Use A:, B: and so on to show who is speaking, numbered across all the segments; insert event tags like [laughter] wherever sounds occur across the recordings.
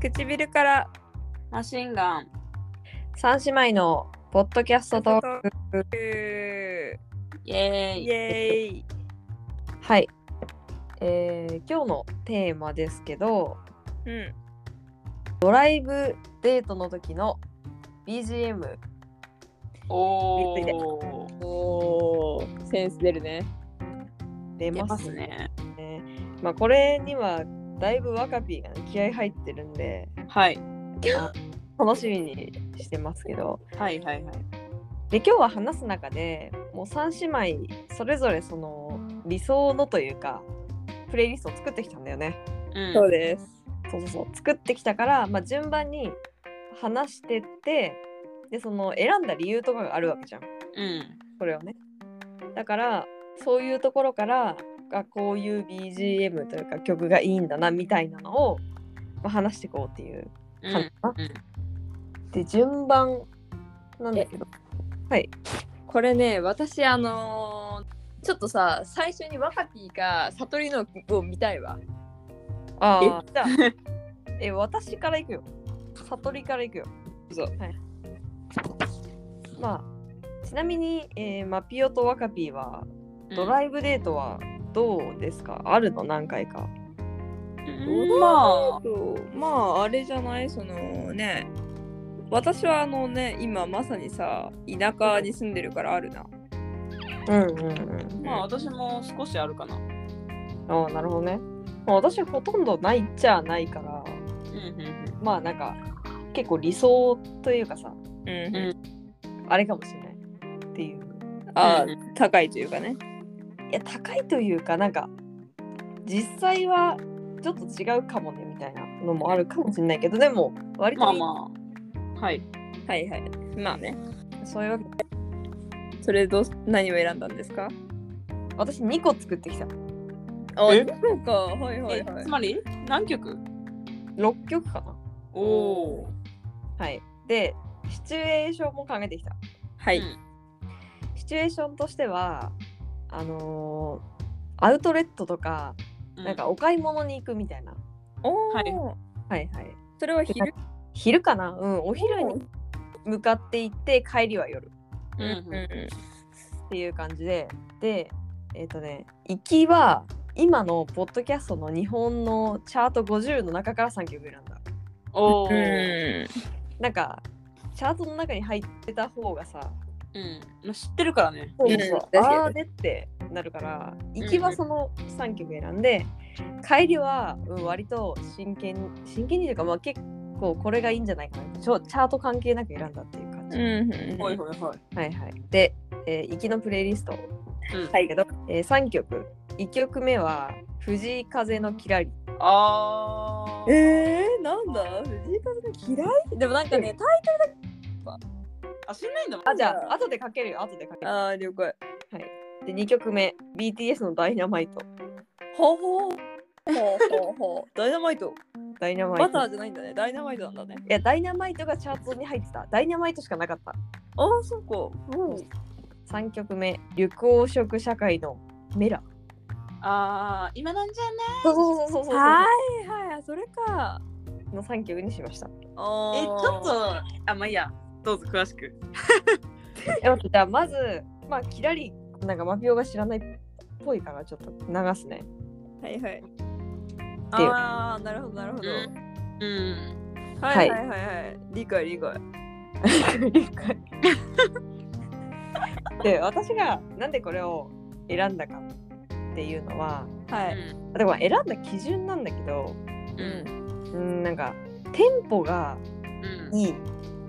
A: 唇からマシンガン
B: 三姉妹のポッドキャストトーク。
A: イエ
B: エーイ
A: ーイ
B: はい、えー今日のテーマですけど、
A: うん
B: ドライブデートの時の BGM。
A: お
B: ー
A: お
C: おーセンス出るね。
B: 出
A: 出
B: ま
A: ますす
B: ね。
A: ね
B: まあ、これにはだいぶ若ピーがね気合入ってるん
A: [laughs]
B: で、
C: はい。
B: 楽しみにしてますけど。
C: はいはいはい。
B: で今日は話す中でもう3姉妹それぞれその理想のというかプレイリストを作ってきたんだよね。
A: うん
C: そうです。
B: そうそうそう作ってきたから、まあ、順番に話してってでその選んだ理由とかがあるわけじゃん
A: うん
B: それをねだからそういうところからあこういう BGM というか曲がいいんだなみたいなのを、まあ、話していこうっていう
A: う
B: 感じか
A: ん
B: な、で順番なんだけど
C: これね、私あのーちょっとさ、最初にワカピーが悟りのを見たいわ。
B: ああじゃあえ私からいくよ悟りからいくよ
C: そう
B: はいまあちなみに、えーマピオとワカピーはドラ
A: イ
B: イブデートはどうですかあるの何回か。
A: ブ
C: まあ、
D: まああれじゃないそのね私はあのね今まさにさ田舎に住んでるからあるな
B: うんうんうん。
A: まあ私も少しあるかな
B: ああ、なるほどね。まあ、私ほとんどないっちゃないから、
A: うんうん
B: まあなんか結構理想というかさ、
D: うんうん
A: うん
B: あれかもしれないっていう。
D: あ
A: う
D: ー高いというかね
B: いや、高いというか、なんか実際はちょっと違うかもねみたいなのもあるかもしれないけど、でも割
A: ま
B: と
A: あまあはい
D: はいはいまあね
B: そういうわけ
D: それどう何を選んだんですか
B: 私2個作ってきた。
D: あ
A: え
D: そうかはいはい
A: え
D: はい
A: つまり何曲
B: 6曲かな。
A: おお
B: はい。で、シチュエーションも考えてきた。
D: はい、
A: うん
B: シチュエーションとしてはあのーアウトレットとか
A: ー
B: なんかお買い物に行くみたいな、
D: おお、
A: はい
B: はいはい
D: それは昼
B: 昼かなうんお昼に向かって行って帰りは夜
A: うん
D: うん
A: うん
D: う
B: っていう感じででえっ、とね行きは今のポッドキャストの日本のチャート50の中から3曲選んだ
A: おお
D: ん
A: う
D: うん
B: なんかチャートの中に入ってた方がさ
A: んまあ知ってるからね
B: そう
D: う
B: そ
D: そうう
B: あーでってなるから行きはその3曲選んで、帰りは、うん、割と真剣に真剣にというか、まあ、結構これがいいんじゃないかなちょチャート関係なく選んだっていう感じ、
D: うんうん
A: はいはいはい
B: はいはいで、えー行きのプレイリスト
A: う
B: だ
A: ん
B: けど、え3曲1曲目は「藤井風のキラリ
A: あー
D: えー、なんだ藤井風が嫌いでもなんかねタイ
A: あ知らないんだ」もん
B: あじゃあ後でかけるよ後でかける
D: あー了解
B: で2曲目 BTS の「ダイナマイト
D: ほうほうほうほうほ
A: [laughs]
D: うダイナマイト」
B: ダイナマイ
D: バ
B: ト
D: タ
B: い
D: ーじゃないんだねダイナマイトなんだね
B: やダイナマイトがチャートに入ってたダイナマイトしかなかった
D: ああそうかもう
B: 3曲目緑黄色社会のメラ
A: あー今なんじゃね
B: そうそうそうそうそう
D: はいはいそれか
B: の3曲にしました
D: あ
A: えちょっとあまあいいやどうぞ詳しく
B: え待ってじゃあまずまあキラリなんかマピオが知らないっぽいからちょっと流すね
D: はいはい
B: ていう
D: ああなるほどなるほど、
A: うん
D: はいはいはいはい理解理解
B: [laughs] で私がなんでこれを選んだかっていうのは
D: は
A: う
D: い
A: ん
B: あでも選んだ基準なんだけど
A: うん
B: うんなんかテンポがいい
A: う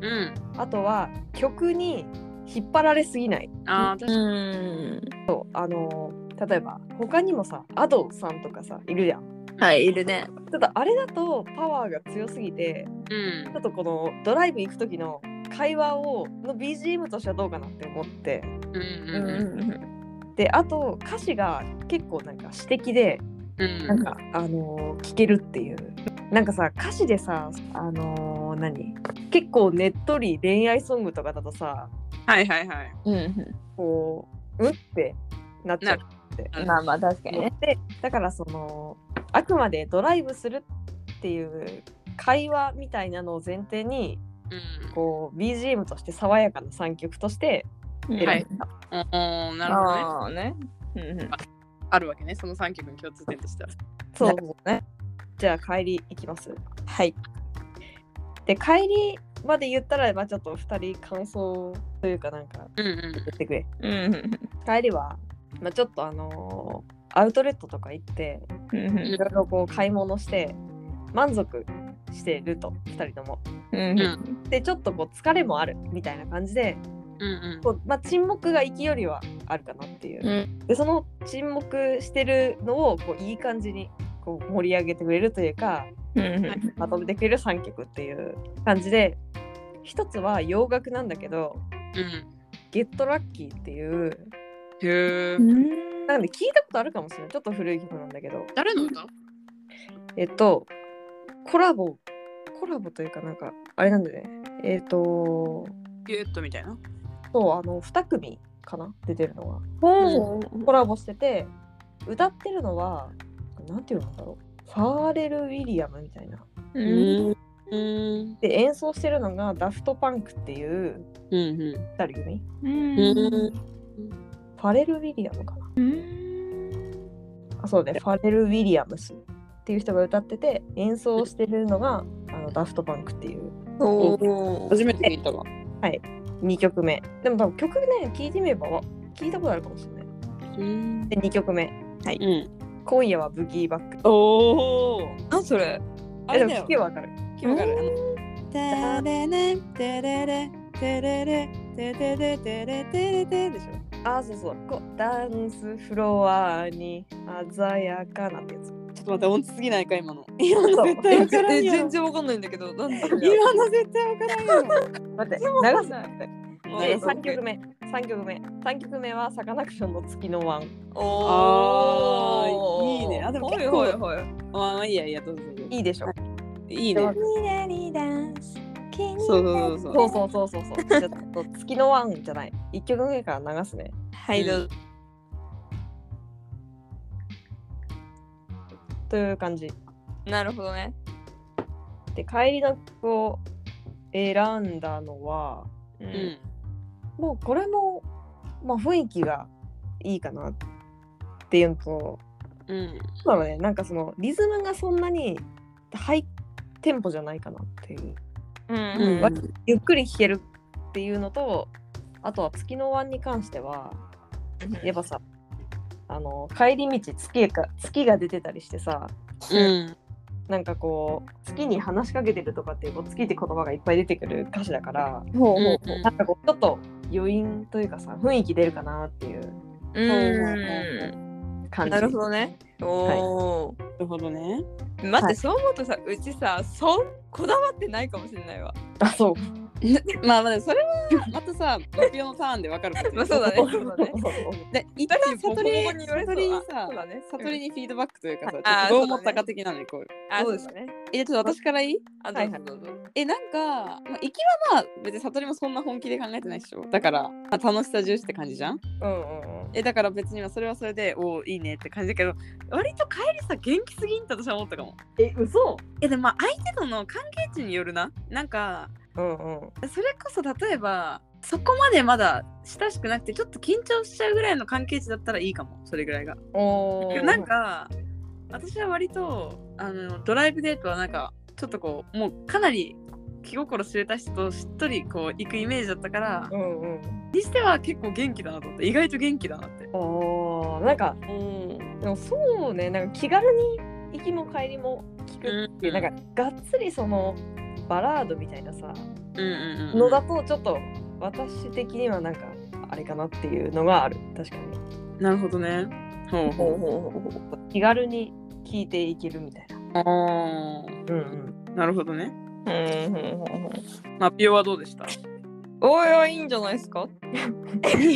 A: ん
B: あとは曲に引っ張られすぎない
A: あー確かに
D: ん
B: あの例えば他にもさ Ado さんとかさいるじゃん
D: はいいるね
B: ちょっとあれだとパワーが強すぎて
A: うん
B: ちょっとこのドライブ行く時の会話をの BGM としてはどうかなって思って
A: うん
D: う
A: うんうん
D: ん
B: であと歌詞が結構なんか詩的で
A: うん
B: なんか、あのー聞けるっていうなんかさ歌詞でさあのー何結構ねっとり恋愛ソングとかだとさ
A: はいはいはい
D: うん
B: こううんってなっちゃうって
A: なる
D: まあまあ確かに
B: 思
D: ね
B: ってだからそのあくまでドライブするっていう会話みたいなのを前提に
A: うん
B: こう BGM として爽やかな3曲として
D: うん
B: 選ん
A: はい
B: だ
A: おーなるほどね。
D: ああね。うんうん
A: あるわけね、その3曲の共通点としては。
B: そうねじゃあ帰り行きます
D: はい。
B: で帰りまで言ったら、まあ、ちょっと2人感想というかなんか
A: うん
B: 言ってくれ
D: うんうん
B: 帰りは、まあ、ちょっとあのーアウトレットとか行って
D: うん
B: いろいろこう買い物して満足してると2人とも
D: うんうん
B: でちょっとこう疲れもあるみたいな感じで
A: うんうん
B: こう、まあ、沈黙が息よりはあるかなっていう、
D: うん
B: でその沈黙してるのをこういい感じにこう盛り上げてくれるというか
D: うん
A: はい
B: まとめてくれる3曲っていう感じで一つは洋楽なんだけど
A: うん。
B: 「ゲットラッキーっていう
A: へえ
D: う。ん
B: なんで聞いたことあるかもしれないちょっと古い曲なんだけど
A: 誰の歌
B: えっとコラボコラボというかなんかあれなんでねえっと
A: ギューッとみたいな。
B: そうあの2組かな出てるのは
D: ほ
B: コラボしてて歌ってるのはなんていうんだろうファーレル・ウィリアムみたいな
D: う。
A: うんうん。
B: で演奏してるのがダフトパンクっていう
A: うんうん。
B: 誰組
D: うん
A: うん
B: ファレル・ウィリアムかな
D: うん
B: あそうねファレル・ウィリアムスっていう人が歌ってて演奏してるのがあのダフトパンクっていう
D: おー
A: 初めて聞いたわ。
B: 2曲目でも多分曲ね聞いてみればわ聞いたことあるかもしれない
A: うん。
B: で2曲目
A: うん。
B: 「今夜はブギーバック
A: おお。
D: なんそれ」あ
B: えで
D: れ
B: も聞
D: だよ
B: け。ばわかる
D: 気分がる。
B: ダあそうそうこうダンスフロアに鮮やかなってやつ
A: ちょっと待って、音痴すぎないか、今の。
B: 今の絶
D: え
B: 対わからん
D: え
B: よ
D: 全然わかんないんだけど、なんだろう
A: 今の絶対わからんよ。
B: 待って長さ
A: な
B: で
A: る
D: え
A: ほど
B: 3曲目3曲目3曲目はサカナクションの月のワン
A: あーいいねあでも
D: はい
A: 結構
D: はいはい。
A: まあ、いいや、いいや、どうぞ。どうぞ
B: いいでしょ
A: いいね。そうそうそう
B: そ
A: そうう。
B: そうそうそうそうちょっと月のワンじゃない1曲目から流すね
D: はい、どうぞ。
B: という感じ
D: なるほどね。
B: で帰りの曲を選んだのは
D: う
A: う。ん。
B: もうこれも、まあ、雰囲気がいいかなっていうのと
A: うん。
B: そうだろうねなんかそのリズムがそんなにハイテンポじゃないかなっていう
A: う
D: う
A: ん
D: ん。
B: 割とゆっくり弾けるっていうのとあとは月の湾に関してはやっぱさあの帰り道月が月が出てたりしてさ
A: うん。
B: なんかこう月に話しかけてるとかっていうこう月って言葉がいっぱい出てくる歌詞だから
D: ほ
A: う
D: うほ
A: ん
D: う。
B: なんかこうちょっと余韻というかさ雰囲気出るかなっていう
D: うん。
B: 感じ
D: なるほどね。おお。
A: なるほどね。
D: 待っ
B: は
D: て、
B: い
D: そう思うとさ、うちさ、そうこだわってないかもしれないわ。
B: あそう
A: まあまあ、それはまたさ、マピオのターンでわかるから
D: まあそうだね。そうだ
B: [laughs]
D: ね。
A: で一旦
D: ボ
A: 悟
D: コボ
A: り
D: コに言われそう
A: 悟りに
D: あ
A: さ
D: そうだね
A: 悟りにフィードバックというかさ、
D: あー
A: どう
D: そうだね
A: 思ったか的なのにこう
D: あ、
A: ど
D: そう
A: で
D: うですすね。
A: えちょっと私からいい
D: あ、どうぞどうぞ。
A: えなんか、まあ、行きはまあ別に悟りもそんな本気で考えてないでしょだから、まあ、楽しさ重視って感じじゃん
B: うんうんうん
A: えだから別にまあそれはそれでおーいいねって感じだけど割と帰りさ元気すぎんって私は思ったかも
B: え嘘
A: えでもまあ相手との関係値によるななんか
B: うんうん
A: それこそ例えばそこまでまだ親しくなくてちょっと緊張しちゃうぐらいの関係値だったらいいかもそれぐらいが
B: おー
A: なんか私は割とあのドライブデートはなんかちょっとこうもうかなり気心知れた人としっとりこう行くイメージだったから
B: うんうん
A: にしては結構元気だなと思って意外と元気だなって
B: あーなんか
A: うん
B: でもそうねなんか気軽に行きも帰りも聞くっていう、
A: うん
B: なんかがっつりそのバラードみたいなさ、
A: うんうん
B: のだとちょっと私的にはなんかあれかなっていうのがある確かに
A: なるほどねほう
D: ほう
A: ほ
D: ほうほうほ
B: 気軽に聞いていけるみたいな
A: うあ
B: うんうん
A: ーなるほどね
D: う。うん、ほうほうほう。
A: マピオはどうでした
D: おいおい、いいんじゃないですか
A: [laughs] い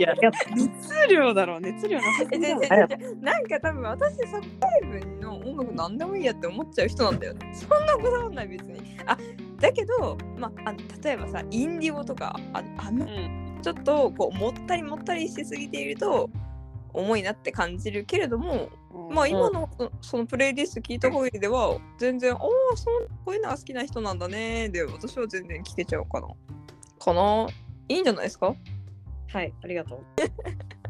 A: や熱量だろう熱量なさす
D: え
A: ぎだろ
D: 違う違う違うなんか多分私サッカー部の音楽なんでもいいやって思っちゃう人なんだよねそんなこだわんない別にあだけど、まあ、あの例えばさインディゴとかああの
A: うん
D: ちょっとこうもったりもったりしすぎていると重いなって感じるけれどもまあ今のそそのプレイリスト聞いた限りでは全然「ああそうこういうのが好きな人なんだね」で私は全然聞けちゃうかな。かないいんじゃないですか
B: はい、ありがとう。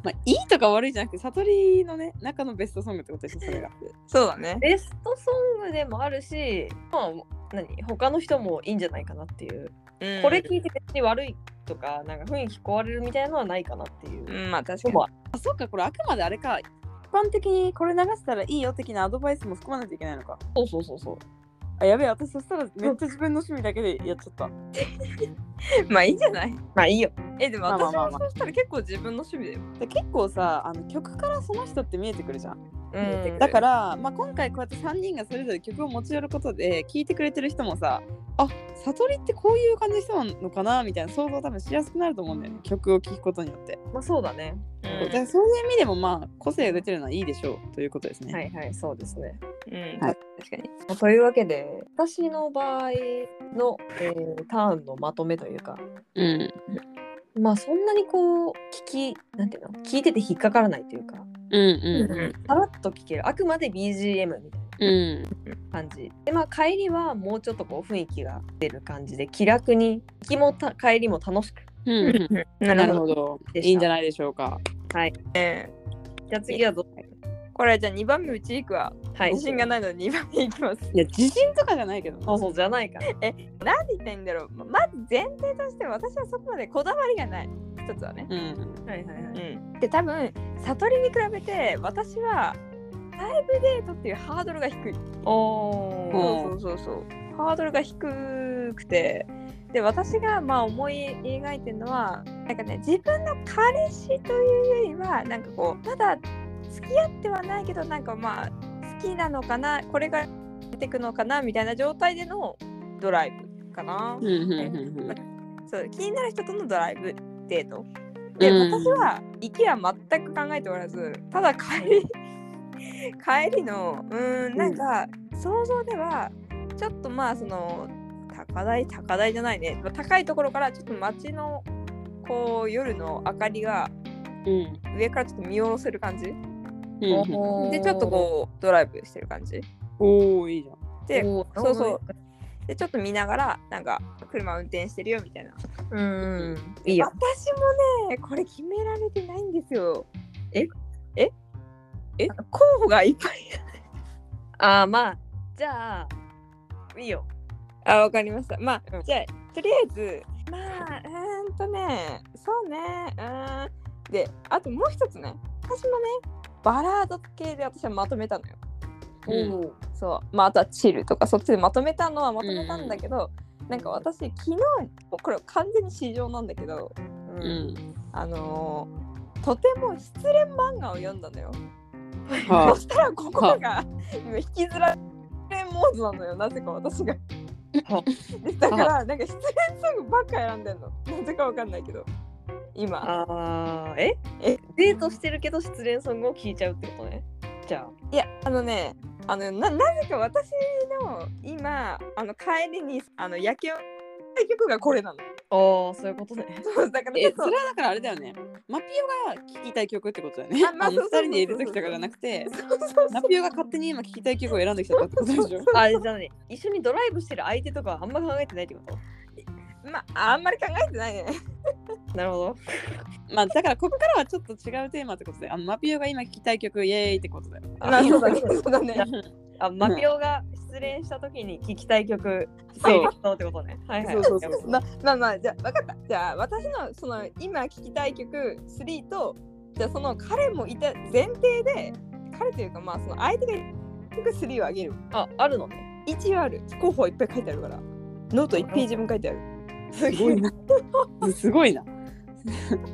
A: まあ、いいとか悪いじゃなくて、悟りのね、中のベストソングってことでしょ、それが。
D: そうだね。
B: ベストソングでもあるし、まあ、何他の人もいいんじゃないかなっていう。
D: うん
B: これ聞いて別に悪いとか、なんか雰囲気壊れるみたいなのはないかなっていうう。
D: んまあ確か
B: で
D: に
B: も。
A: あ、そうか、これあくまであれか。一般的にこれ流したらいいよ的なアドバイスも含まないといけないのか。
B: そうそうそうそう。
A: あ、やべえ、私そしたらめっちゃ自分の趣味だけでやっちゃった。
D: [laughs] まあいいんじゃない
B: まあいいよ。
D: えでも
A: まあまあ
D: 私
A: まあ
D: も
A: まあ
D: そうしたら結構自分の趣味だよ。
A: で結構さあの、曲からその人って見えてくるじゃん。
D: うん
A: だから、まあ、今回こうやって3人がそれぞれ曲を持ち寄ることで、聴いてくれてる人もさ、あ、悟りってこういう感じの人なのかなみたいな想像多分しやすくなると思うんだよね。曲を聴くことによって。
B: まあそうだね。
A: そうだからそういう意味でもまあ個性が出てるのはいいでしょうということですね。
B: はいはい、そうですね。
D: うん、
A: はい
D: 確かに。
B: まあというわけで、私の場合の、えーターンのまとめというか、
A: うん
B: まあそんなにこう、聞き、なんていうの聞いてて引っかからないというか、
A: うん
D: うん
B: さらっと聞ける。あくまで BGM みたいな。
A: うん
B: 感じでまあ帰りはもうちょっとこう雰囲気が出る感じで気楽に行きもた帰りも楽しく
A: うんうんな
D: な
A: る
D: る
A: ほ
D: ほど。
A: ど
B: でした
A: いいんじゃないでしょうか。
B: じゃあ次はどう
D: これじゃあ2番目うち行くわ。
B: はい
D: 自信がないので2番目行きます。
A: いや自信とかじゃないけど。
B: そうそうじゃないから
D: 何言ってんだろう。ままず前提として私はそこまでこだわりがない。一つはね。
A: うん
B: はいはいはい
D: うん、で多分悟りに比べて私はライブデートっていうハードルが低い。
B: おー
D: そうそうそうそうハードルが低くてで私がまあ思い描いてるのはなんかね自分の彼氏というよりはなんかこうまだ付き合ってはないけどなんかまあ好きなのかなこれが出てくのかなみたいな状態でのドライブかな
A: うんうんうんうん
D: そう気になる人とのドライブデートで、
A: うん
D: 私は行きは全く考えておらずただ帰り [laughs] 帰りのうーんなんか想像ではちょっとまあその高台高台じゃないねまあ高いところからちょっと街のこう夜の明かりが
A: うん
D: 上からちょっと見下ろせる感じ
A: うんうん。
D: でちょっとこうドライブしてる感じ
A: おおいいじゃん。
D: で
B: おー
D: そうそうでちょっと見ながらなんか車運転してるよみたいな
B: うんいいよ
D: 私もねこれ決められてないんですよ
B: え
D: ええ候補がいっぱい
B: ああまあじゃあいいよ
D: あわかりましたまあ、
B: うん
D: じゃあとりあえずまあうーんとねそうねうーんであともう一つね私もねバラード系で私はまとめたのよ
A: うん
B: おー
D: そうまああとはチルとかそっちでまとめたのはまとめたんだけど、なんか私昨日これ完全に市場なんだけど、
B: うん
A: うん。
D: あのーとても失恋漫画を読んだのよ。そ
A: は
D: したらここが今引きずられモードなのよなぜか私が。でだからなんか失恋ソングばっか選んでんのなぜかわかんないけど今
B: あーええデートしてるけど失恋ソングを聞いちゃうってことねじゃ
D: いやあのねあのななぜか私の今あの帰りにあの夜景を曲がこれなの。
B: あああそういうことね
D: そうだ
A: [laughs]
D: から
A: い。え
D: 結
A: そ
D: 構
A: れはだからあれだよね。マピオが聴きたい曲ってことだよね。
D: あまあ
A: あの
D: そ
A: 二
D: うそうそうそう
A: 人でいる時とかじゃなくて、
D: そうそうそ
A: マ
D: う
A: ピオが勝手に今聴きたい曲を選んできたってことで [laughs] しょ。
B: あじゃあね一緒にドライブしてる相手とかはあんま考えてないってこ
D: まああんまり考えてないね。
B: となるほど
A: まあだからここからはちょっと違うテーマってことで、あのマピオが今聴きたい曲イエーイってことだよ。
D: まあそうだね
B: そうだね
D: そうだね。
B: あマピオが失恋した時に聴きたい曲
A: そう
B: そうってことね。はいはい。
A: そうそうそうそう
D: ままあまあじゃあ分かったじゃあ私のその今聴きたい曲3とじゃあその彼もいた前提で彼というかまあその相手が曲3をあげる
B: ああるのね。
D: 1ある候補いっぱい書いてあるからノート1ページ分書いてある
A: すごいな。 [laughs] すごいな。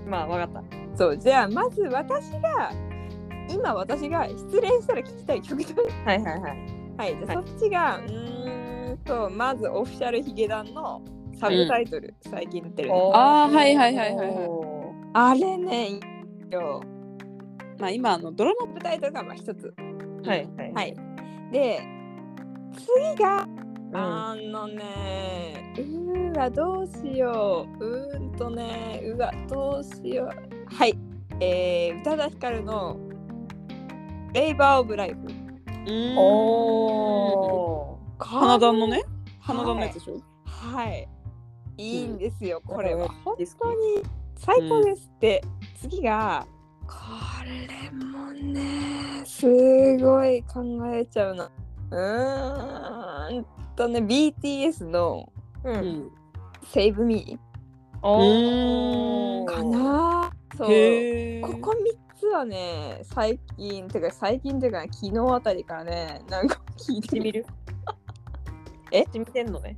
B: まあわかった。
D: [laughs] そうじゃあまず私が今私が失恋したら聴きたい曲だ
B: はいはいはい。
D: [laughs] はいじゃあ
B: は
D: そっちがうーんとまずオフィシャルヒゲダンのサブタイトル、最近出てるね
A: あーはいはいはいはいはい
B: おー
D: あれねいいよ
A: まあ今あのドラマ
D: サブタイトルがまあ一つ
B: はいはい。
D: はいい。で、次が、
B: うん
D: あのね、うーわ、どうしよう。うーんとね、うわ、どうしよう。はい。えー、宇多田ヒカルのレイバー・オブ・ライフ。
A: うん
B: おー
A: 花壇のね花壇のやつでしょ、
D: はい。いいんですよ、これ
B: な
D: は。
B: んか
D: 本
B: ディスコ
D: 当に最高ですって、次が、これもね、すごい考えちゃうな。うーんとね、BTS の
B: う
A: うんん
D: Save Me
A: おー
D: かな。そう。
A: へえ
D: ここ3つはね、最近、てか最近ていうか、昨日あたりからね、なんか聞い
B: し
D: て
B: て
D: み
B: み
D: る。
B: る
D: え
B: してみてんのね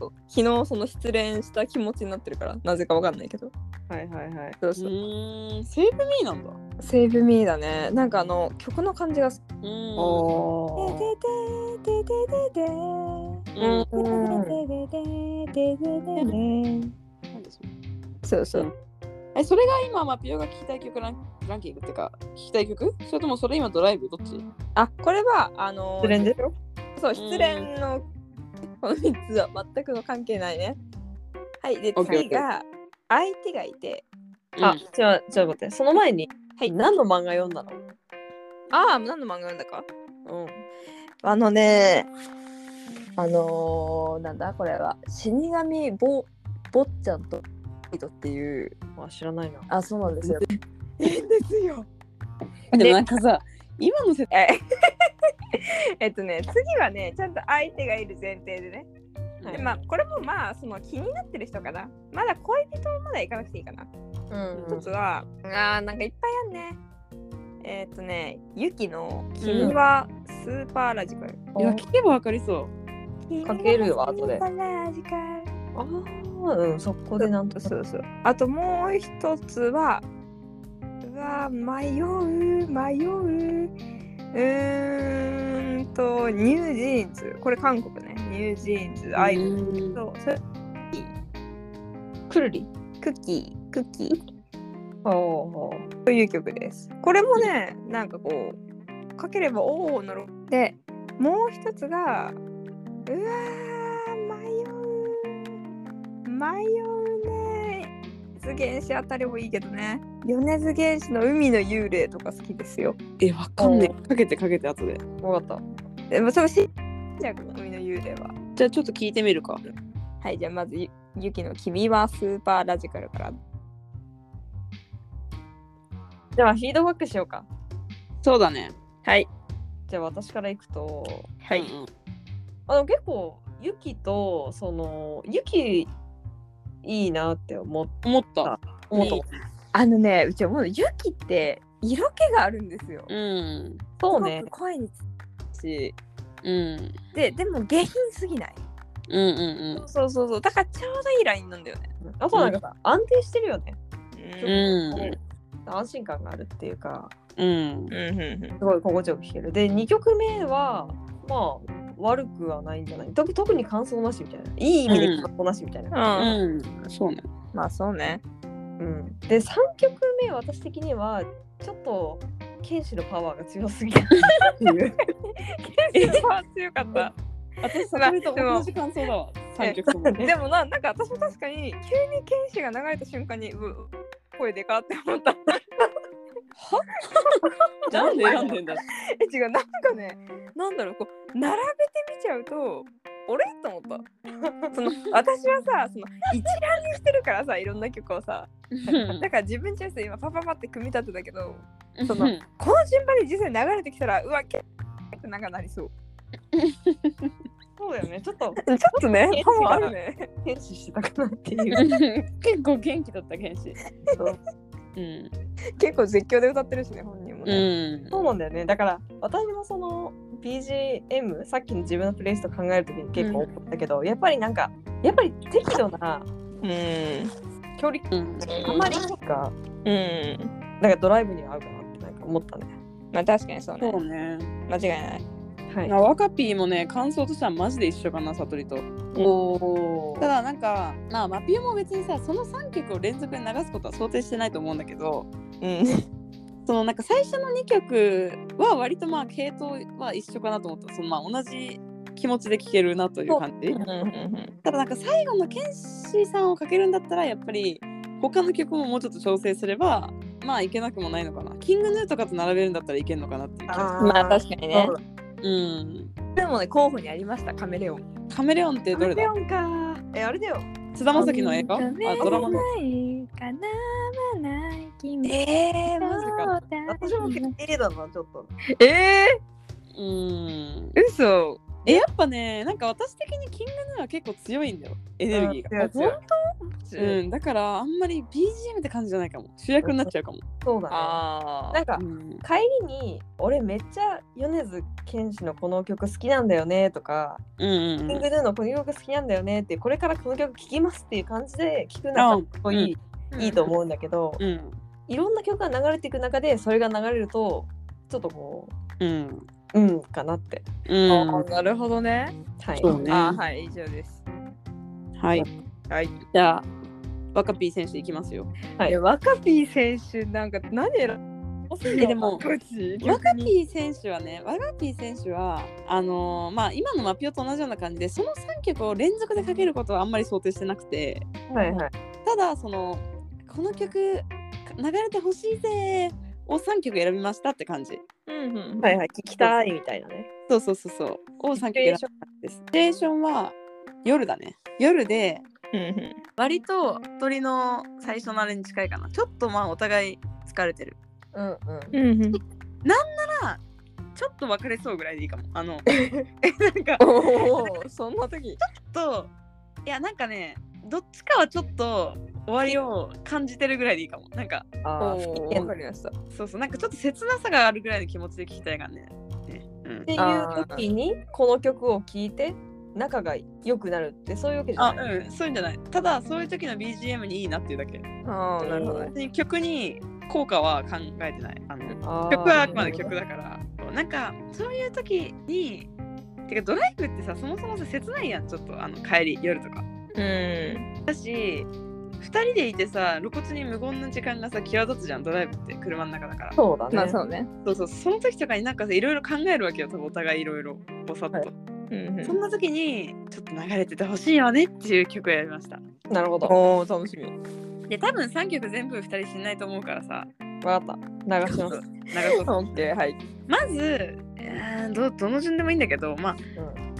D: 昨日その失恋した気持ちになってるから、なぜかわかんないけど。
B: はいはいはい
D: そう
A: う
D: そう。
A: ーんセーブミーなんだ
D: セーブミーだね。なんかあの曲の感じが。
A: う
B: お
A: ん
B: お
A: うんなんでしょう
D: そうそう。
A: えそれが今マピオが聴きたい曲ランランキングっていうか聴きたい曲それともそれ今ドライブどっち
D: あ、これはあの
B: 失恋でしょ
D: そう失恋のこの三つは全くの関係ないね。はい。で
A: オッケー
D: 次が相手がいて。
B: あじゃあじゃあ待ってその前に
D: はい
B: 何の漫画読んだの
D: ああ何の漫画なんだか。
B: うん
D: あのね、あのー、なんだこれは死神ぼぼっちゃんとボイドっていう
B: あ知らないな
D: あそうなんですよ。いいんですよ。
A: うんでもなんかさ今の世代
D: え [laughs] えっとね次はねちゃんと相手がいる前提でね、
B: はい
D: でまあこれもまあその気になってる人かなまだ恋人まだ行かなくていいかな
B: うん
D: 一、つはあーなんかいっぱいあるねえっとねゆきの「君はスーパーラジカル」
A: いや聞けばわかりそう
B: かけるよ後で
D: 君はスーパーラジカル
B: ああうんそこでなんとそうそう
D: あともう一つはうわ迷う迷ううーんとニュージーンズこれ韓国ねニュージーンズアイドル
A: ル
D: とそれ
B: くるり
D: クッキークッキ
B: お
D: ー
B: お
D: という曲ですこれもねなんかこうかければおおなるでもう一つがうわー迷う迷うね月原子あたりもいいけどね米津玄師の「海の幽霊」とか好きですよ
A: えわかんねえかけてかけて後で
B: わかっ
D: でもそれしじゃあ海の幽霊は
A: じゃあちょっと聞いてみるか
D: はいじゃあまずゆゆきの「君はスーパーラジカル」から
B: たじゃあフィードバックしようか
A: そうだね
D: はい
B: じゃあ私からいくと
D: は
A: うんうん
B: あの結構ユキとそのユキいいなって思っ
A: 思った
B: 思った
A: いい
D: あのねうちはもうゆきって色気があるんですよ
A: うん
B: そうね
D: すごく声につ
B: し
A: うん
D: ででも下品すぎない
A: うんうん
D: そうそうそうだからちょうどいいラインなんだよね
B: あとなんかさ安定してるよね
A: うんうん
B: 安心感があるっていうか
A: うん
D: うんうんうん
B: すごい心地よく聴けるで2曲目はまあ悪くはないんじゃないと特に感想なしみたいないい意味で感想なしみたいな、
D: うん
A: うんそうね
D: まあそうね
B: うんで3曲目私的にはちょっと剣士のパワーが強すぎたっていう [laughs]
D: 強かった
A: 私
D: さ
A: さ
D: そ
A: そ
D: れ
A: れ
D: と
A: と
D: 同
A: 同
D: じ
A: じ感想だわ
D: 三
A: 三
B: と
A: 曲
D: 曲
A: と
B: も
A: も
D: でもななんか私も確かに急に剣士が流れた瞬間にうう声でかって思った [laughs]
A: なんで選んでんだ
D: え違うなんかねなんだろうこう並べてみちゃうと俺と
A: [laughs]
D: 思ったその私はさその一覧にしてるからさいろんな曲をさだから自分ちで今パパパって組み立てたけどそのこの順番で実際流れてきたらうわけってなんかなりそう
B: そうだよねちょっと
D: ちょっとね [laughs]
B: 剣士
D: パ
B: が
D: ワーあるね
B: 剣士してたかなっていう
A: 結構元気だった剣士
B: そう
A: うん
D: 結構絶叫で歌ってるしね本人もね、
A: う
B: そうなんだよねだから私もその BGM さっきの自分のプレイリスト考えるときに結構思ったけど、やっぱりなんかやっぱり適度な
D: うん
B: 距離
A: んうん
B: あんまりなんか
D: うん
B: なんかドライブに合うかなってなんか思ったね
D: まあ確かにそうね
A: そうね
D: 間違いない
B: はい
A: あワカピーもね感想としてはマジで一緒かな悟りと
B: お
A: ただなんかまあマピオも別にさその3曲を連続で流すことは想定してないと思うんだけど
D: うん
A: そのなんか最初の2曲は割とまあ系統は一緒かなと思ったそのまあ同じ気持ちで聴けるなという感じただなんか最後のケンシーさんをかけるんだったらやっぱり他の曲ももうちょっと調整すればまあいけなくもないのかなキングヌーとかと並べるんだったらいけんのかなっていう気がす
B: あー
C: まあ確かにね
B: そう。だ
A: うん
C: でもね、候補にありました、カメレオン。
A: カメレオンってどれ
B: カメレ
A: だ
B: オンか。え、あれだよ。
A: 菅田将暉の映画あ
D: カメレオン
A: ドラマの
D: ないかなわない君
B: えー、
A: マジか
B: 私も結構 A だな、ちょっと。
C: ええ
A: うん
C: 嘘。
A: えやっぱねなんか私的にキングヌーは結構強いんだよエネルギーが、
B: うん強い強い
A: うん、だからあんまり BGM って感じじゃないかも主役になっちゃうかも、
B: そうだね。
C: あ
B: なんか
A: う、ん、
B: 帰りに俺めっちゃ米津玄師のこの曲好きなんだよねとか、
A: うんうん
B: キ
A: う
B: ン
A: ん
B: グヌーのこの曲好きなんだよねってこれからこの曲聴きますっていう感じで聴くのが
A: うん
B: かっこいい,、いいと思うんだけど、
A: うん
B: いろんな曲が流れていく中でそれが流れるとちょっとこ
A: うん
B: ううんかなって、
A: うん
C: あなるほどね。
B: はい、
A: そうね
C: あはい、以上です。
A: はい
C: はい。
A: じゃあ若ピー選手いきますよ
B: はい
C: いや若ピー選手なんか何選
A: えでも
C: こっち
A: 若ピー選手はね若ピー選手はあのーまあ今のマピオと同じような感じでその3曲を連続でかけることはあんまり想定してなくて
B: はいはい
A: ただそのこの曲流れてほしいぜを3曲選びましたって感じ
C: うんうん
B: はいはい聴きたいみたいなね
A: そうそうそうそうを3曲選びましたってシチュエーションは夜だね夜で割と鳥の最初のあれに近いかなちょっとまあお互い疲れてる
B: うんうん
C: うんうん
A: ちょっと別れそうぐらいでいいかもあのえなんか
C: おおそんな時
A: といやなんかねどっちかはちょっと終わりを感じてるぐらいでいいかもなんか
B: [laughs] ああ不機
C: お
B: 嫌
C: わ
B: っ
C: かりました
A: そうそうなんかちょっと切なさがあるぐらいの気持ちで聞きたいからねねうん
B: ていう時にこの曲を聴いて仲が良くなるってそういうわけじ
A: あ
B: ゃない
A: うんそういうんじゃないただそういう時の BGM にいいなっていうだけ
C: ああなるほどね
A: 別に曲に効果は考えてないあの
B: あー
A: 曲はあくまで曲だからそうなんかそういう時にてかドライブってさそもそもさ切ないやんちょっとあの帰り夜とか
C: うん
A: だし2人でいてさ露骨に無言な時間がさ際立つじゃんドライブって車の中だから
B: そうだね、
C: まあそうね
A: そうそうその時とかになんかさいろいろ考えるわけよ多分お互いいろいろぼさっと、
B: はい
C: うんう
A: そんな時にちょっと流れててほしいよねっていう曲をやりました
B: なるほどわ
C: おお楽しみ
A: で多分3曲全部2人知んないと思うからさ
B: かった流します
A: 長そう
C: オッケーはい
A: まず、えーどどの順でもいいんだけど、まあ、
B: う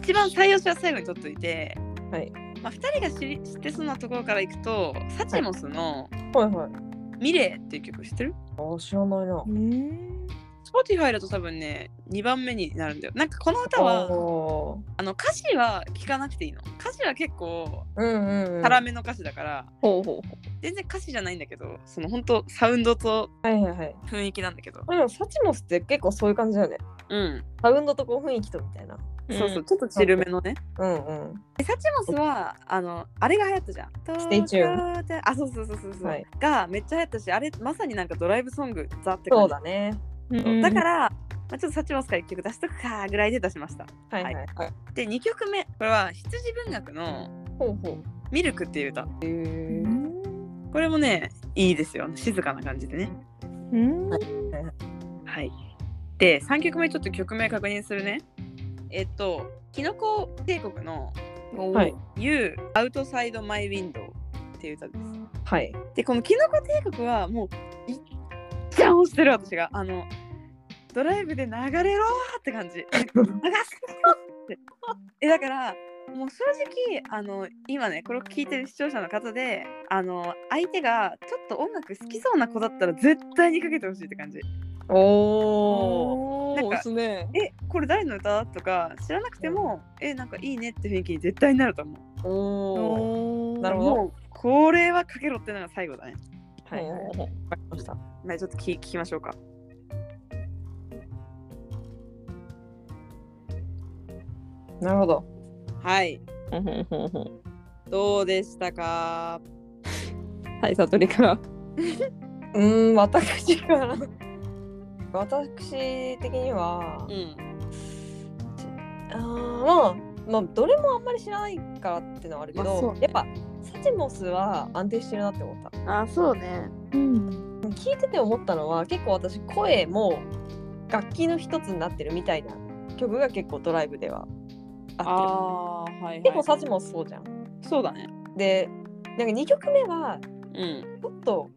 A: 一番最押しは最後に取っといて、
B: はい
A: まあ、2人が知り知ってそうなところからいくとサチモスの
B: はいはい
A: 「ミレー」っていう曲知ってる
B: あ知らないな
A: Spotify だと多分ね2番目になるんだよなんかこの歌は
B: おー
A: あの歌詞は聞かなくていいの歌詞は結構
B: うんうんうん、
A: 辛めの歌詞だから、
C: ほうほう
A: 全然歌詞じゃないんだけどその本当サウンドと
B: はいはいはい。
A: 雰囲気なんだけど
B: でもサチモスって結構そういう感じだよね。
A: うん、
B: サウンドとこう雰囲気とみたいな。
A: そうそうちょっとチルめのね
B: うんうん。
A: サチモスはあのあれが流行ったじゃん。
B: Stay tuned
A: あそうそうそうそうそう、
B: はい
A: がめっちゃ流行ったしあれまさになんかドライブソングザって
B: そ
A: 感
B: う
A: じ
B: だね。
C: うん
A: だから、まあ、ちょっとサチモスから1曲出しとくかぐらいで出しました。
B: はいはい。はい、
A: で2曲目これは羊文学の
B: ほうほう。
A: 「ミルク」っていう歌
B: えー
A: これもねいいですよ静かな感じでね。
C: うん
A: はい、で3曲目ちょっと曲名確認するね。えっと「キノコ帝国」の
B: はい
A: 「You Outside My Window」っていう歌です。
B: はい。
A: でこのキノコ帝国はもういっちゃん押してる私があのドライブで流れろーって感じ流すよってえだからもう正直あの今ねこれを聞いてる視聴者の方であの相手がちょっと音楽好きそうな子だったら絶対にかけてほしいって感じ
B: おお。
C: お
A: なん
C: お
A: か
C: すね
A: えこれ誰の歌とか知らなくてもえなんかいいねって雰囲気に絶対になると思う
B: おお。
C: お
B: なるほど
A: もうこれはかけろってのが最後だね
B: はいはい。わかりました。
A: まあちょっと聞聞きましょうか
B: なるほど。
A: はい
C: ど
A: どうでしたか
C: はい悟りから
B: うーん、私から。私的には、
A: ん
B: あーまあ、まあ、どれもあんまり知らないからってのはあるけ
A: まあそう
B: ど、
A: ね
B: やっぱサチモスは安定してるなって思った。
A: あそうね
C: うん
B: 聞いてて思ったのは結構私声も楽器の一つになってるみたいな曲が結構ドライブではあって
A: あーはい、はい、
B: る結構サチもそうじゃん。
A: そうだね
B: でなんか2曲目は
A: うん
B: ちょっと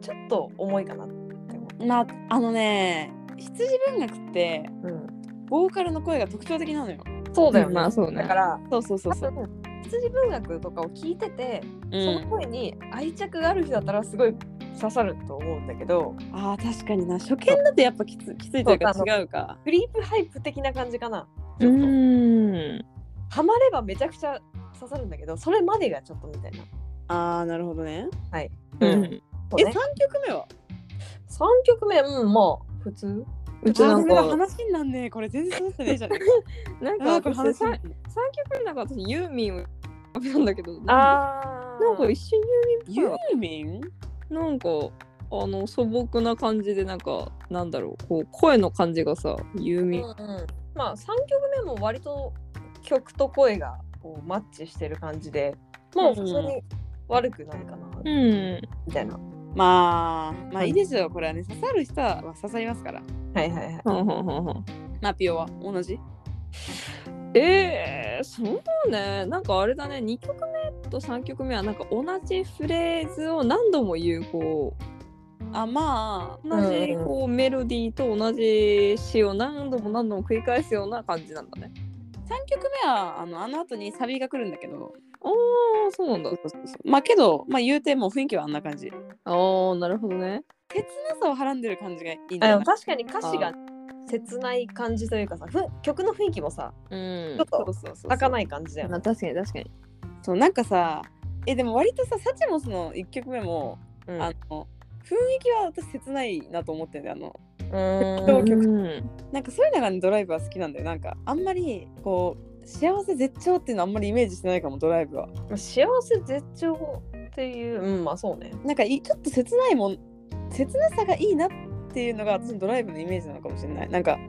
B: ちょっと重いかなって
A: まああのね羊文学って
B: うん、
A: ボーカルの声が特徴的なのよ
D: そうだよ
B: う
D: な、
B: ん
D: そうね
B: だ。から
A: そうそうそうそ
B: 多
A: う、
B: 分羊文学とかを聞いてて、
A: う
B: その
A: ん、
B: 声に愛着がある人だったらすごい刺さると思うんだけど
A: あー確かにな初見だとやっぱきつきついというか
B: そう
A: 違うか
B: クリープハイプ的な感じかな
A: うーん
B: ハマればめちゃくちゃ刺さるんだけどそれまでがちょっとみたいな、
A: ああなるほどね
D: う
B: うんんそう
A: え
B: ね
A: 三曲目は
B: 3曲目うんまあ普通
D: うちなん
A: あーごめ
D: か
A: んな話になんねえこれ全然話してねえじゃん
D: な
A: [laughs]
D: ん
A: あ
D: か
A: ーこれ話
D: 私さ
A: に
D: ん
A: な
D: 三
A: んね
D: 曲目なんか私ユーミンをなんだけど、なんか
B: あ
D: なんか一瞬
A: えユ
D: ユーミンっぽい
A: ーミン
D: なんかあの素朴な感じでなんかなんだろうこう声の感じがさユーミ
B: う
D: ン
B: んうん、まあ3曲目も割と曲と声がこうマッチしてる感じでもう普通に悪くないかな
D: うん
B: みたいな、
A: まあまあいいですよこれはね刺さる人は刺さりますから
B: はいはいはい
D: はんはんはんはん
A: マピオは同じ
D: えー、そうねなんかあれだね2曲目と3曲目はなんか同じフレーズを何度も言うこう
A: あま
D: 同じこうメロディーと同じ詞を何度も何度も繰り返すような感じなんだね
A: あ3曲目はあのあの後にサビが来るんだけど
D: ああそうなんだ
A: まあけどまあ言うてもう雰囲気はあんな感じ
D: ああなるほどね
A: 切なさをはらんでる感じがいいんだ
B: あで
A: よ
B: も確かに歌詞が切ない感じというかさふ曲の雰囲気もさ
D: うん
B: ちょっと
A: そうそうそうそう
B: 儚い感じだよね
D: まあ確かに確かに
A: そうなんかさえでも割とさサチモスの1曲目も、
B: うん
A: あの雰囲気は私切ないなと思ってんだよあの
B: う
A: 同
B: ーん
A: 曲
D: うん
A: なんかそういうのがね、ドライブは好きなんだよなんかあんまりこう幸せ絶頂っていうのあんまりイメージしてないかもドライブは
B: まあ幸せ絶頂っていううんまあそうね
A: なんかいちょっと切ないもん切なさがいいなっていうのが私のドライブのイメージなのかもしれないなんか
D: ああ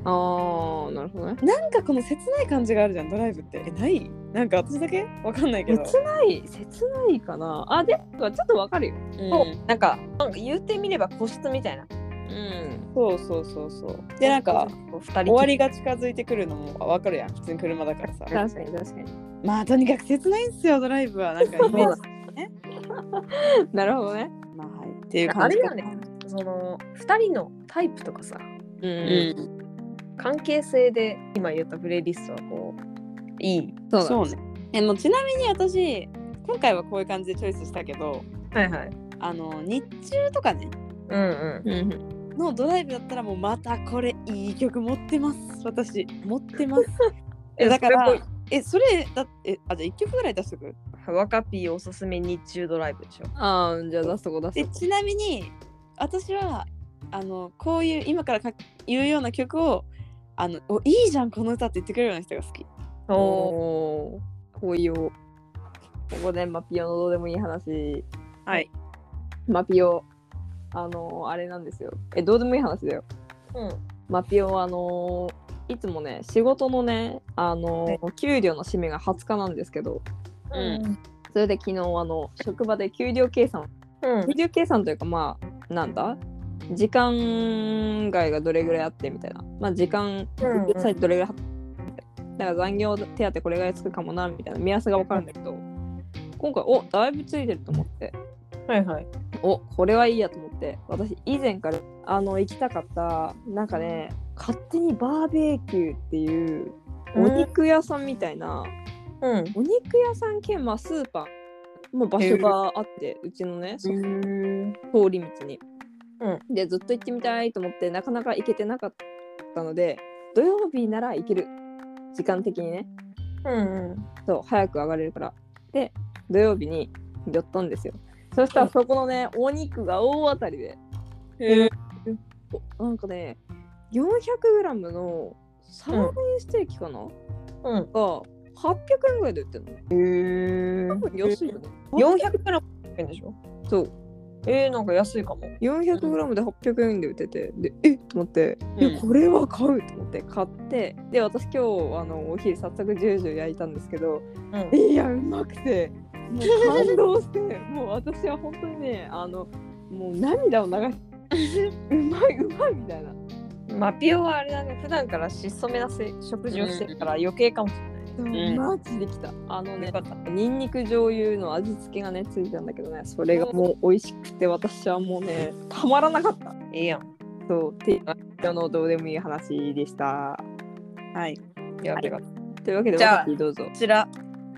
D: なるほどね
A: なんかこの切ない感じがあるじゃんドライブってえないなんか私だけわかんないけど
D: 切ない切ないかなあでもちょっとわかるよ
A: う
B: そ
A: ん
B: うなんかなんか言ってみれば個室みたいな
D: うん
A: そうそうそうそうでなんか
B: こう二人
A: 終わりが近づいてくるのもわかるやん普通に車だからさ
D: 確かに確かに [laughs]
A: まあとにかく切ないんすよドライブはなんかイメージ
D: なるほどね
A: まあはいっていう
B: あ
A: 感じ
B: れだよねその二人のタイプとかさ
D: う
A: うんん
B: 関係性で今言ったプレイリストはこういい
D: そうだ
A: そうねえもうちなみに私今回はこういう感じでチョイスしたけど
B: はいはい
A: あの日中とかね
B: うんうん
D: うん
A: のドライブだったらもうまたこれいい曲持ってます私持ってますえだから
B: それっ
A: えそれだえあじゃあ1曲ぐらい出しとく
B: ぽい若ピーおすすめ日中ドライブでしょ
D: ああ、じゃあ出すとこ出
A: です
D: とこ。
A: ちなみに私はあのこういう今からか言うような曲をあのおいいじゃんこの歌って言ってくれるような人が好き
B: お
D: おー、こういう。ここでマピオのどうでもいい話。
A: はい。
D: マピオ、あのー、あれなんですよ。え、どうでもいい話だよ。
B: うん
D: マピオはあのー、いつもね、仕事のね、あのー、給料の締めが20日なんですけど、
A: うん
D: それで昨日、あの、職場で給料計算
B: うん
D: 給料計算というかまあなんだ時間外がどれぐらいあってみたいなまあ時間
B: うんうん
D: 実際どれぐらいあってだから残業手当これぐらいつくかもなみたいな目安が分かるんだけど今回おだいぶついてると思って
B: はいはい
D: おこれはいいやと思って私以前からあの行きたかったなんかね勝手にバーベキューっていうお肉屋さんみたいな、
B: うん
D: お肉屋さん兼まあスーパーも場所があって、うちのねそ通り道に、
B: う
D: でずっと行ってみたいと思ってなかなか行けてなかったので土曜日なら行ける時間的にね
B: うんうん
D: そう早く上がれるからで土曜日に寄ったんですよそしたらそこのねお肉が大当たりで
A: へ
D: おなんかね 400g のサーロインステーキかな、
B: うん
D: が800円ぐらいで売ってるの
B: へえ
D: 多分安いよね
B: 400グラム円でしょ
D: そう
B: えー、なんか安いかも
D: 400g で800円で売っててでえっと思って
A: う
D: いや
A: ん
D: これは買うと思って買ってで私今日あのお昼早速ジュージュー焼いたんですけど
B: うん
D: いやうまくてもう感動してもう私は本当にねあのもう涙を流して
A: [laughs]
D: うまいうまいみたいな
B: マピオはあれだね普段から質素めなせ食事をしてるから余計かもしれない、
D: そう
A: うん
D: マジできたあのね
B: よかった
D: にんにく醤油の味付けがねついてたんだけどねそれがもう美味しくて私はもうねたまらなかった
B: ええやんそうっていうのは今日のどうでもいい話でした。
A: はい。
B: というわけで、というわけで
A: じゃあ
B: ワカティどうぞ
A: こ。ちら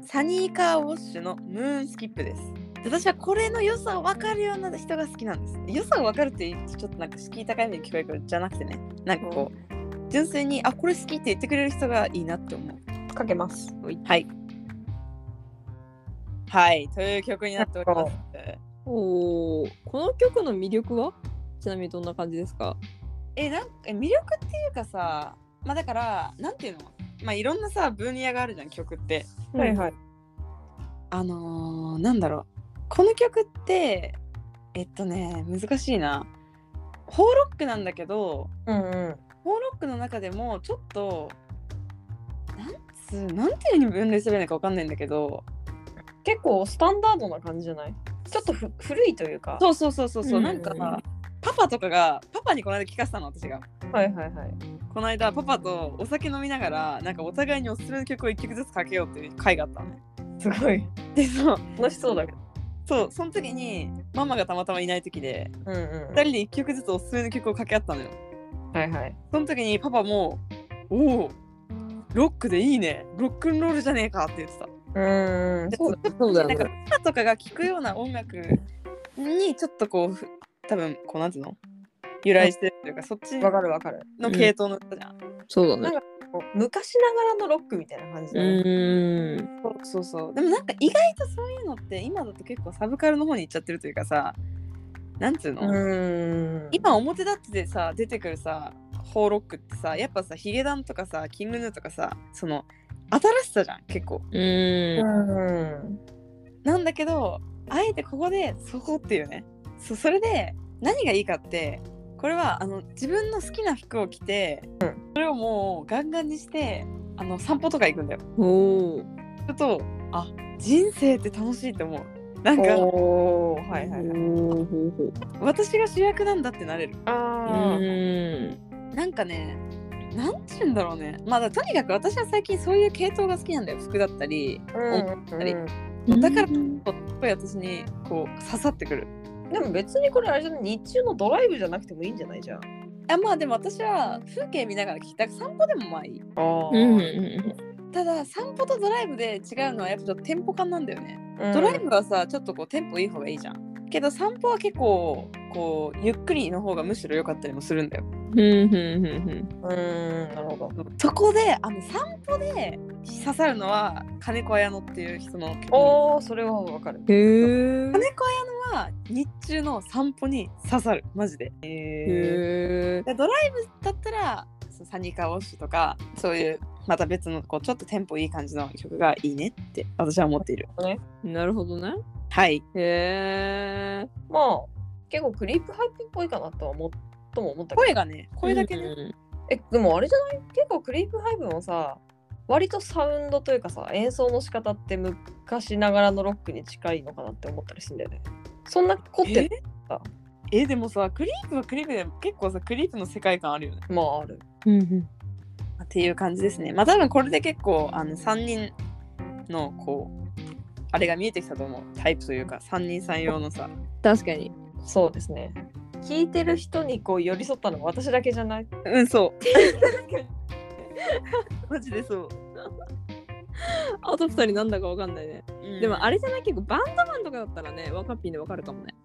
A: サニーカーウォッシュのムーンスキップですで私はこれの良さを分かるような人が好きなんです良さを分かるって言うとちょっとなんか敷居高いのに聞こえるけどじゃなくてねなんかこう純粋にあこれ好きって言ってくれる人がいいなって思う
B: かけます。
A: はいはいという曲になっております
B: おお、この曲の魅力はちなみにどんな感じですか
A: えなんかえ魅力っていうかさまあだからなんていうのまあいろんなさ分野があるじゃん曲って
B: はいはい。
A: あのー、なんだろうこの曲ってえっとね難しいなホーロックなんだけど
B: うんうん。
A: ホーロックの中でもちょっとなんつうなんていうふうに分類すればいいのか分かんないんだけど
B: 結構スタンダードな感じじゃないちょっとふ古いというか。
A: そうそうそうそうそう、
B: うん
A: なんかさパパとかがパパにこの間聞かせたの私が。
B: はいはいはい。
A: この間パパとお酒飲みながらなんかお互いにおすすめの曲を1曲ずつかけようっていう会があったのね。
B: すごい。
A: でそう
B: 楽しそうだけど。
A: そうその時にママがたまたまいない時で
B: うんうん
A: 2人で1曲ずつおすすめの曲をかけ合ったのよ。
B: はいはい。
A: その時にパパも「おおロックでいいねロックンロールじゃねえか」って言ってた。
B: うんうん。そうだそうだよ
A: なんか
B: ね。
A: パパとかが聴くような音楽にちょっとこうふ多分こうなんていうの由来してるというかそっち
B: わ
A: の
B: かるわかる。
A: 系統の歌じゃん。
C: そうだ
B: ねこう昔ながらのロックみたいな感じ
C: う
B: だね。
C: ーん。
A: そうそうそうでもなんか意外とそういうのって今だと結構サブカルの方に行っちゃってるというかさなんつうの、
B: うん
A: 今表立ってさ出てくるさホーロックってさやっぱさヒゲダンとかさキングヌーとかさその新しさじゃん結構
C: うーん。
B: うん。
A: なんだけどあえてここでそこっていうねそうそれで何がいいかってこれはあの自分の好きな服を着て、それをもうガンガンにしてあの散歩とか行くんだよ
C: おお。
A: するとあ人生って楽しいって思うなんか
B: おおはいはいはい。
C: ほうほう。
A: 私が主役なんだってなれる
C: う
B: あー
C: ーん。
A: なんかねなんて言うんだろうねまあだとにかく私は最近そういう系統が好きなんだよ服だったり
B: うんうん
A: だから
C: うん
A: こうすごい私にこう刺さってくる
B: でも別にこれあれじゃない日中のドライブじゃなくてもいいんじゃないじゃん。
A: あまあでも私は風景見ながら聞きたく散歩でもまあいい
B: あ
C: うんうん
A: ただ散歩とドライブで違うのはやっぱちょっとテンポ感なんだよね、
B: ド
A: ドライブはさちょっとこうテンポいい方がいいじゃんけど散歩は結構こうゆっくりの方がむしろ良かったりもするんだよ
C: うんうんうん
B: うーんなるほど。
A: そこであの散歩で刺さるのは金子綾乃っていう人の曲
B: おおそれはわかる。
C: うん。へ
A: 金子綾乃は日中の散歩に刺さるマジで
C: え。
B: へえ。
C: へえ。
A: でドライブだったらそうサニーカーウォッシュとかそういうまた別のこうちょっとテンポいい感じの曲がいいねって私は思っている
C: なるほどね。
A: はい
C: へえ。
B: まあ結構クリープハイプっぽいかなとは思っとも思ったけど。
A: 声がね声だけね、
C: うん
B: えでもあれじゃない結構クリープハイプもさ割とサウンドというかさ演奏の仕方って昔ながらのロックに近いのかなって思ったりするんだよね。そんな凝って
A: えでもさクリープはクリープで結構さクリープの世界観あるよね
B: まあある。
C: うんうん。
A: っていう感じですねまあ多分これで結構あの3人のこうあれが見えてきたと思うタイプというか3人さん用のさ
C: 確かに。
B: そうですね。聞いてる人にこう寄り添ったのは私だけじゃない。
A: うん
C: [laughs]
A: そうマジでそう、
C: あと二人なんだかわかんないね。でもあれじゃない結構バンドマンとかだったらね、ワカピーでわかるかもね。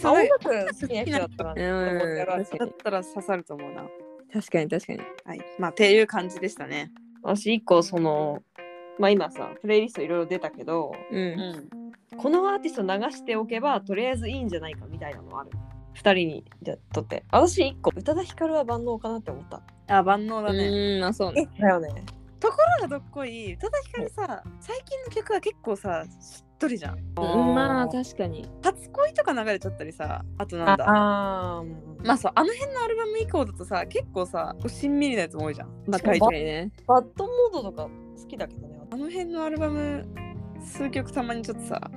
A: そ
B: あ
A: う
B: 音
A: だ
B: 楽好きな人だったら、
C: う
B: ね、
C: ん。確か
A: だっ
C: に。
A: たら刺さると思うな
C: 確かに確かに。
A: はいまあっていう感じでしたね
B: 私一個そのまあ今さプレイリストいろいろ出たけど
C: うん。
B: このアーティスト流しておけばとりあえずいいんじゃないかみたいなのある2人にじゃとって私一個宇多田ヒカルは万能かなって思った
A: あ万能だね、
C: うん、あ、そうね。
B: だよね
A: ところがどっこい宇多田ヒカルさ最近の曲は結構さしっとりじゃん
C: うんまあ、確かに。
A: 初恋とか流れちゃったりさあとなんだ
B: ああ
A: まあそうあの辺のアルバム以降だとさ結構さしんみりなやつも多いじゃん、
C: まあ、
A: 近
C: 確
A: い
C: かにね。
B: バッドモードとか好きだけどね
A: あの辺のアルバム数曲たまにちょっとさ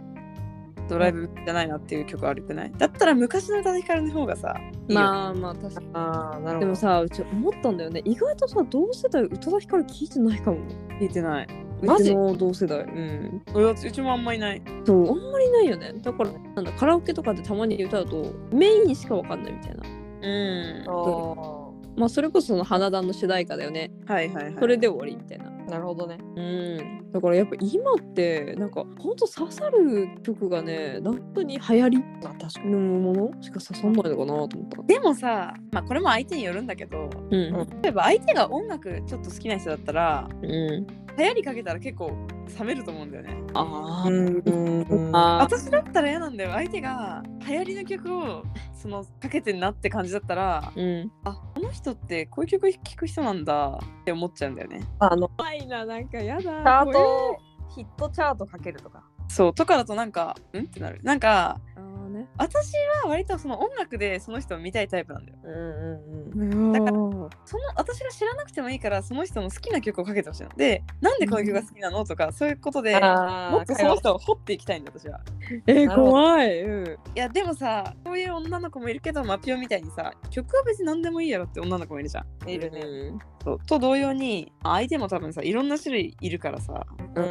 A: ドライブじゃないなっていう曲悪くないだったら昔の宇多田ヒカルの方がさいいよ、
C: まあまあ、確かに。
B: ああなる
C: でも
B: さ
C: さ、ちょ思ったんだよね。意外とさ、同世代、宇多田ヒカル聞いてないかも。
A: 聞いてないう
B: マジ
C: うちの同世代。うん。
A: 俺はうちもあんまいない
C: そう、あんまりないよね。だから、なんだ、カラオケとかでたまに歌うと、メインしかわかんないみたいな。
A: うん
B: あ
D: まあ、それこそその花壇の主題歌だよね
A: はいはいはい
D: それで終わりみたいな、
B: あなるほどね
D: うんだからやっぱ今ってなんかほんと刺さる曲がね本当に流行り
B: あ確かに
D: のものしか刺さんないのかなと思った
A: でもさ、まあ、これも相手によるんだけど
D: うん
A: 例えば相手が音楽ちょっと好きな人だったら
D: うん
A: 流行りかけたら結構冷めると思うんだよね
D: あ
B: うんあ
D: あ
A: 私だったら嫌なんだよ相手が流行りの曲をそのかけてんなって感じだったら
D: うん
A: この人ってこういう曲聴く人なんだって思っちゃうんだよね
B: のチ
D: 怖いななんかやだチ
B: ャートヒットチャートかけるとか
A: そうとかだとなんかうんってなるなんか
D: あーね
A: 私は割とその音楽でその人を見たいタイプなんだよ
B: うんうん
D: だから
A: その私が知らなくてもいいからその人の好きな曲をかけてほしいのでなんでこの曲が好きなのとかそういうことで
B: あ
A: もっとその
B: 人
A: 人を掘っていきたいんだ私は
D: え
B: なる
D: ー、
B: ほど
D: 怖い、うん、
A: いやでもさこういう女の子もいるけどマピオみたいにさ曲は別に何でもいいやろって女の子もいるじゃん
B: いるね
A: そうと同様に相手も多分さいろんな種類いるからさ
B: う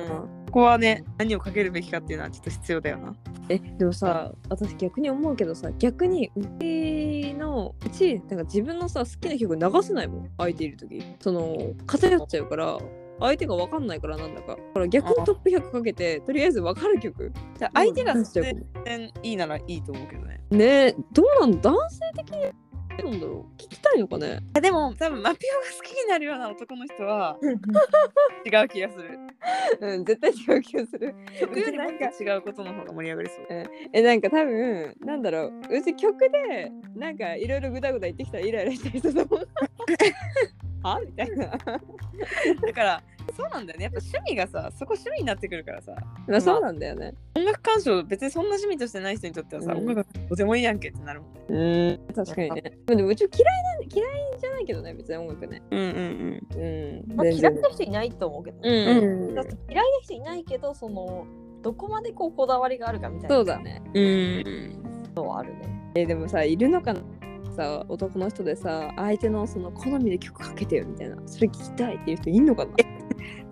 A: ここはね何をかけるべきかっていうのはちょっと必要だよな
D: えでもさ私逆に思うけどさ逆にうちのうちなんか自分のさ好きな曲流せないもん相手いる時その偏っちゃうから相手が分かんないからなんだかだから逆にトップ100かけてとりあえず分かる曲
A: じゃあ相手が
D: 出しちゃうか
A: 全
D: も
A: 然いいならいいと思うけどね
D: ねえどうなん男性的にどうなんだろう聞きたいのかね
A: いやでも多分マピオが好きになるような男の人は違う気がする
D: うん絶対違う気がする
A: 曲よりもっと違うことの方が盛り上がりそう
D: えなんか多分なんだろううち曲でなんかいろいろグダグダ言ってきたらイライラした人だも [laughs] んはみたいな
A: だからそうなんだよねやっぱ趣味がさそこ趣味になってくるからさ
D: まあそうなんだよね
A: 音楽鑑賞別にそんな趣味としてない人にとってはさ、
D: うん
A: 音楽とてもいいやんけってなるもんね
D: うん確かにねでもうち嫌いなん嫌いじゃないけどね別に音楽ね
A: うんうん
D: う
B: [laughs]
D: ん
B: まあ、
D: 全
B: 嫌い
D: 然
B: な人いないと思うけどね、
D: うん
A: うん
B: だって嫌いな人いないけどそのどこまでこうこだわりがあるかみたいな
D: そうだね
A: うん
B: のはあるね
D: えでもさいるのかなさ男の人でさ相手のその好みで曲かけてよみたいなそれ聞きたいっていう人いんのかな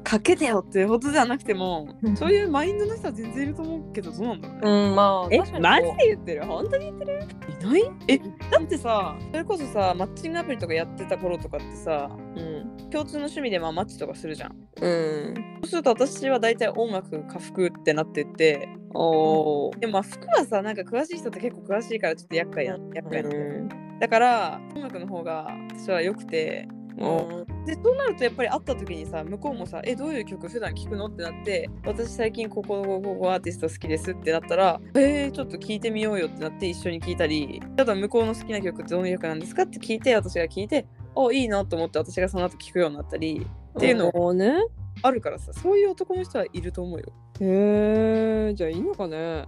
A: かけてよっていうことじゃなくても
D: うん
A: そういうマインドの人は全然いると思うけどどうなんだろうね
B: うんまあ
D: え
B: 確かに
D: マジ
B: こ
D: で言ってる本当に言ってる
A: いないえだってさそれこそさマッチングアプリとかやってた頃とかってさ
D: うん
A: 共通の趣味でまあマッチとかするじゃん
D: うん
A: そうすると私は大体音楽か服ってなってて
D: おー
A: でもまあ服はさなんか詳しい人って結構詳しいからちょっと厄介やん厄介な
D: うん
A: だよね
D: ん
A: だから音楽の方が私は良くて
B: う
A: でそうなるとやっぱり会った時にさ向こうもさ「えどういう曲普段聴くの?」ってなって「私最近こここここアーティスト好きです」ってなったら「えー、ちょっと聴いてみようよ」ってなって一緒に聴いたりただ向こうの好きな曲ってどういう曲なんですかって聞いて私が聴いて「あいいな」と思って私がその後聴くようになったりっていうの
D: をね
A: あるからさそういう男の人はいると思うよ。
D: へえじゃあいいのかね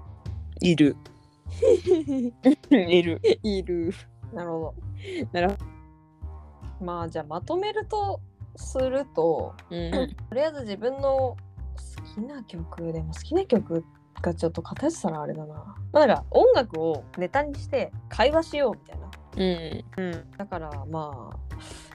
A: いる。 [laughs] いる。
D: [laughs] いる
B: [laughs] なるほど
D: なるほ
B: どまあじゃあまとめるとすると
D: うん
B: とりあえず自分の好きな曲でも好きな曲がちょっと偏ってたらあれだなまあなんか音楽をネタにして会話しようみたいな
D: うん
A: うん。
B: だからまあ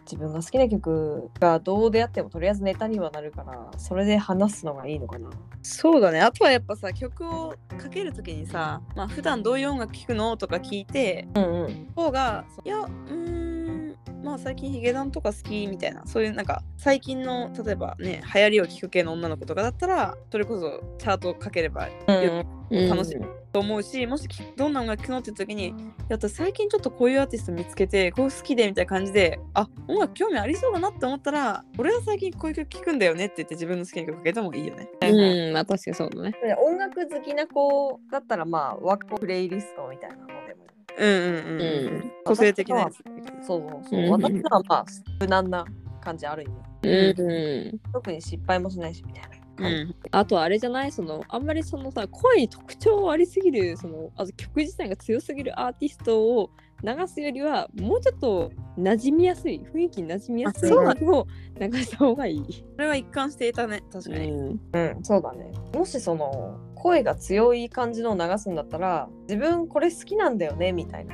B: 自分が好きな曲がどうであってもとりあえずネタにはなるからそれで話すのがいいのかな
A: そうだね。あとはやっぱさ曲をかける時にさ、まあ普段どういう音楽聴くのとか聞いて
B: うんうん
A: 方がいやうーんまあ最近ヒゲダンとか好きみたいなそういうなんか最近の例えばね流行りを聞く系の女の子とかだったらそれこそチャートをかければ
D: うん
A: 楽しみと思うし、もしきどんな音楽聴くのって時にいや私最近ちょっとこういうアーティスト見つけてこう好きでみたいな感じであ音楽興味ありそうだなって思ったら俺は最近こういう曲聴くんだよねって言って自分の好きな曲かけてもいいよね。
D: うんまあ確かにそうだね
B: 音楽好きな子だったらまあワッコプレイリストみたいなのでも
A: うんうんうん、
D: うん
A: 個性的なやつ。
B: そうそうそう、
D: うん
B: 私のはまあ無難な感じある意味
D: うんうん
B: 特に失敗もしないしみたいな
A: うん
D: あとあれじゃないそのあんまりそのさ声に特徴ありすぎるそのあと曲自体が強すぎるアーティストを流すよりはもうちょっと馴染みやすい雰囲気に馴染みやすい
A: あそうだ
D: 曲を流した方がいい。
A: それは一貫していたね確かに。
B: うんそうだねもしその声が強い感じのを流すんだったら自分これ好きなんだよねみたいな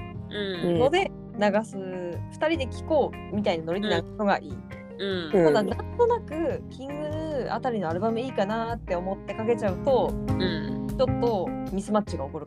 A: うん
B: ので流す、2人で聴こうみたいなノリで流すのがいい、
A: うん
D: うん
B: ただなんとなくキングヌーあたりのアルバムいいかなって思ってかけちゃうと
A: うん
B: ちょっとミスマッチが起こる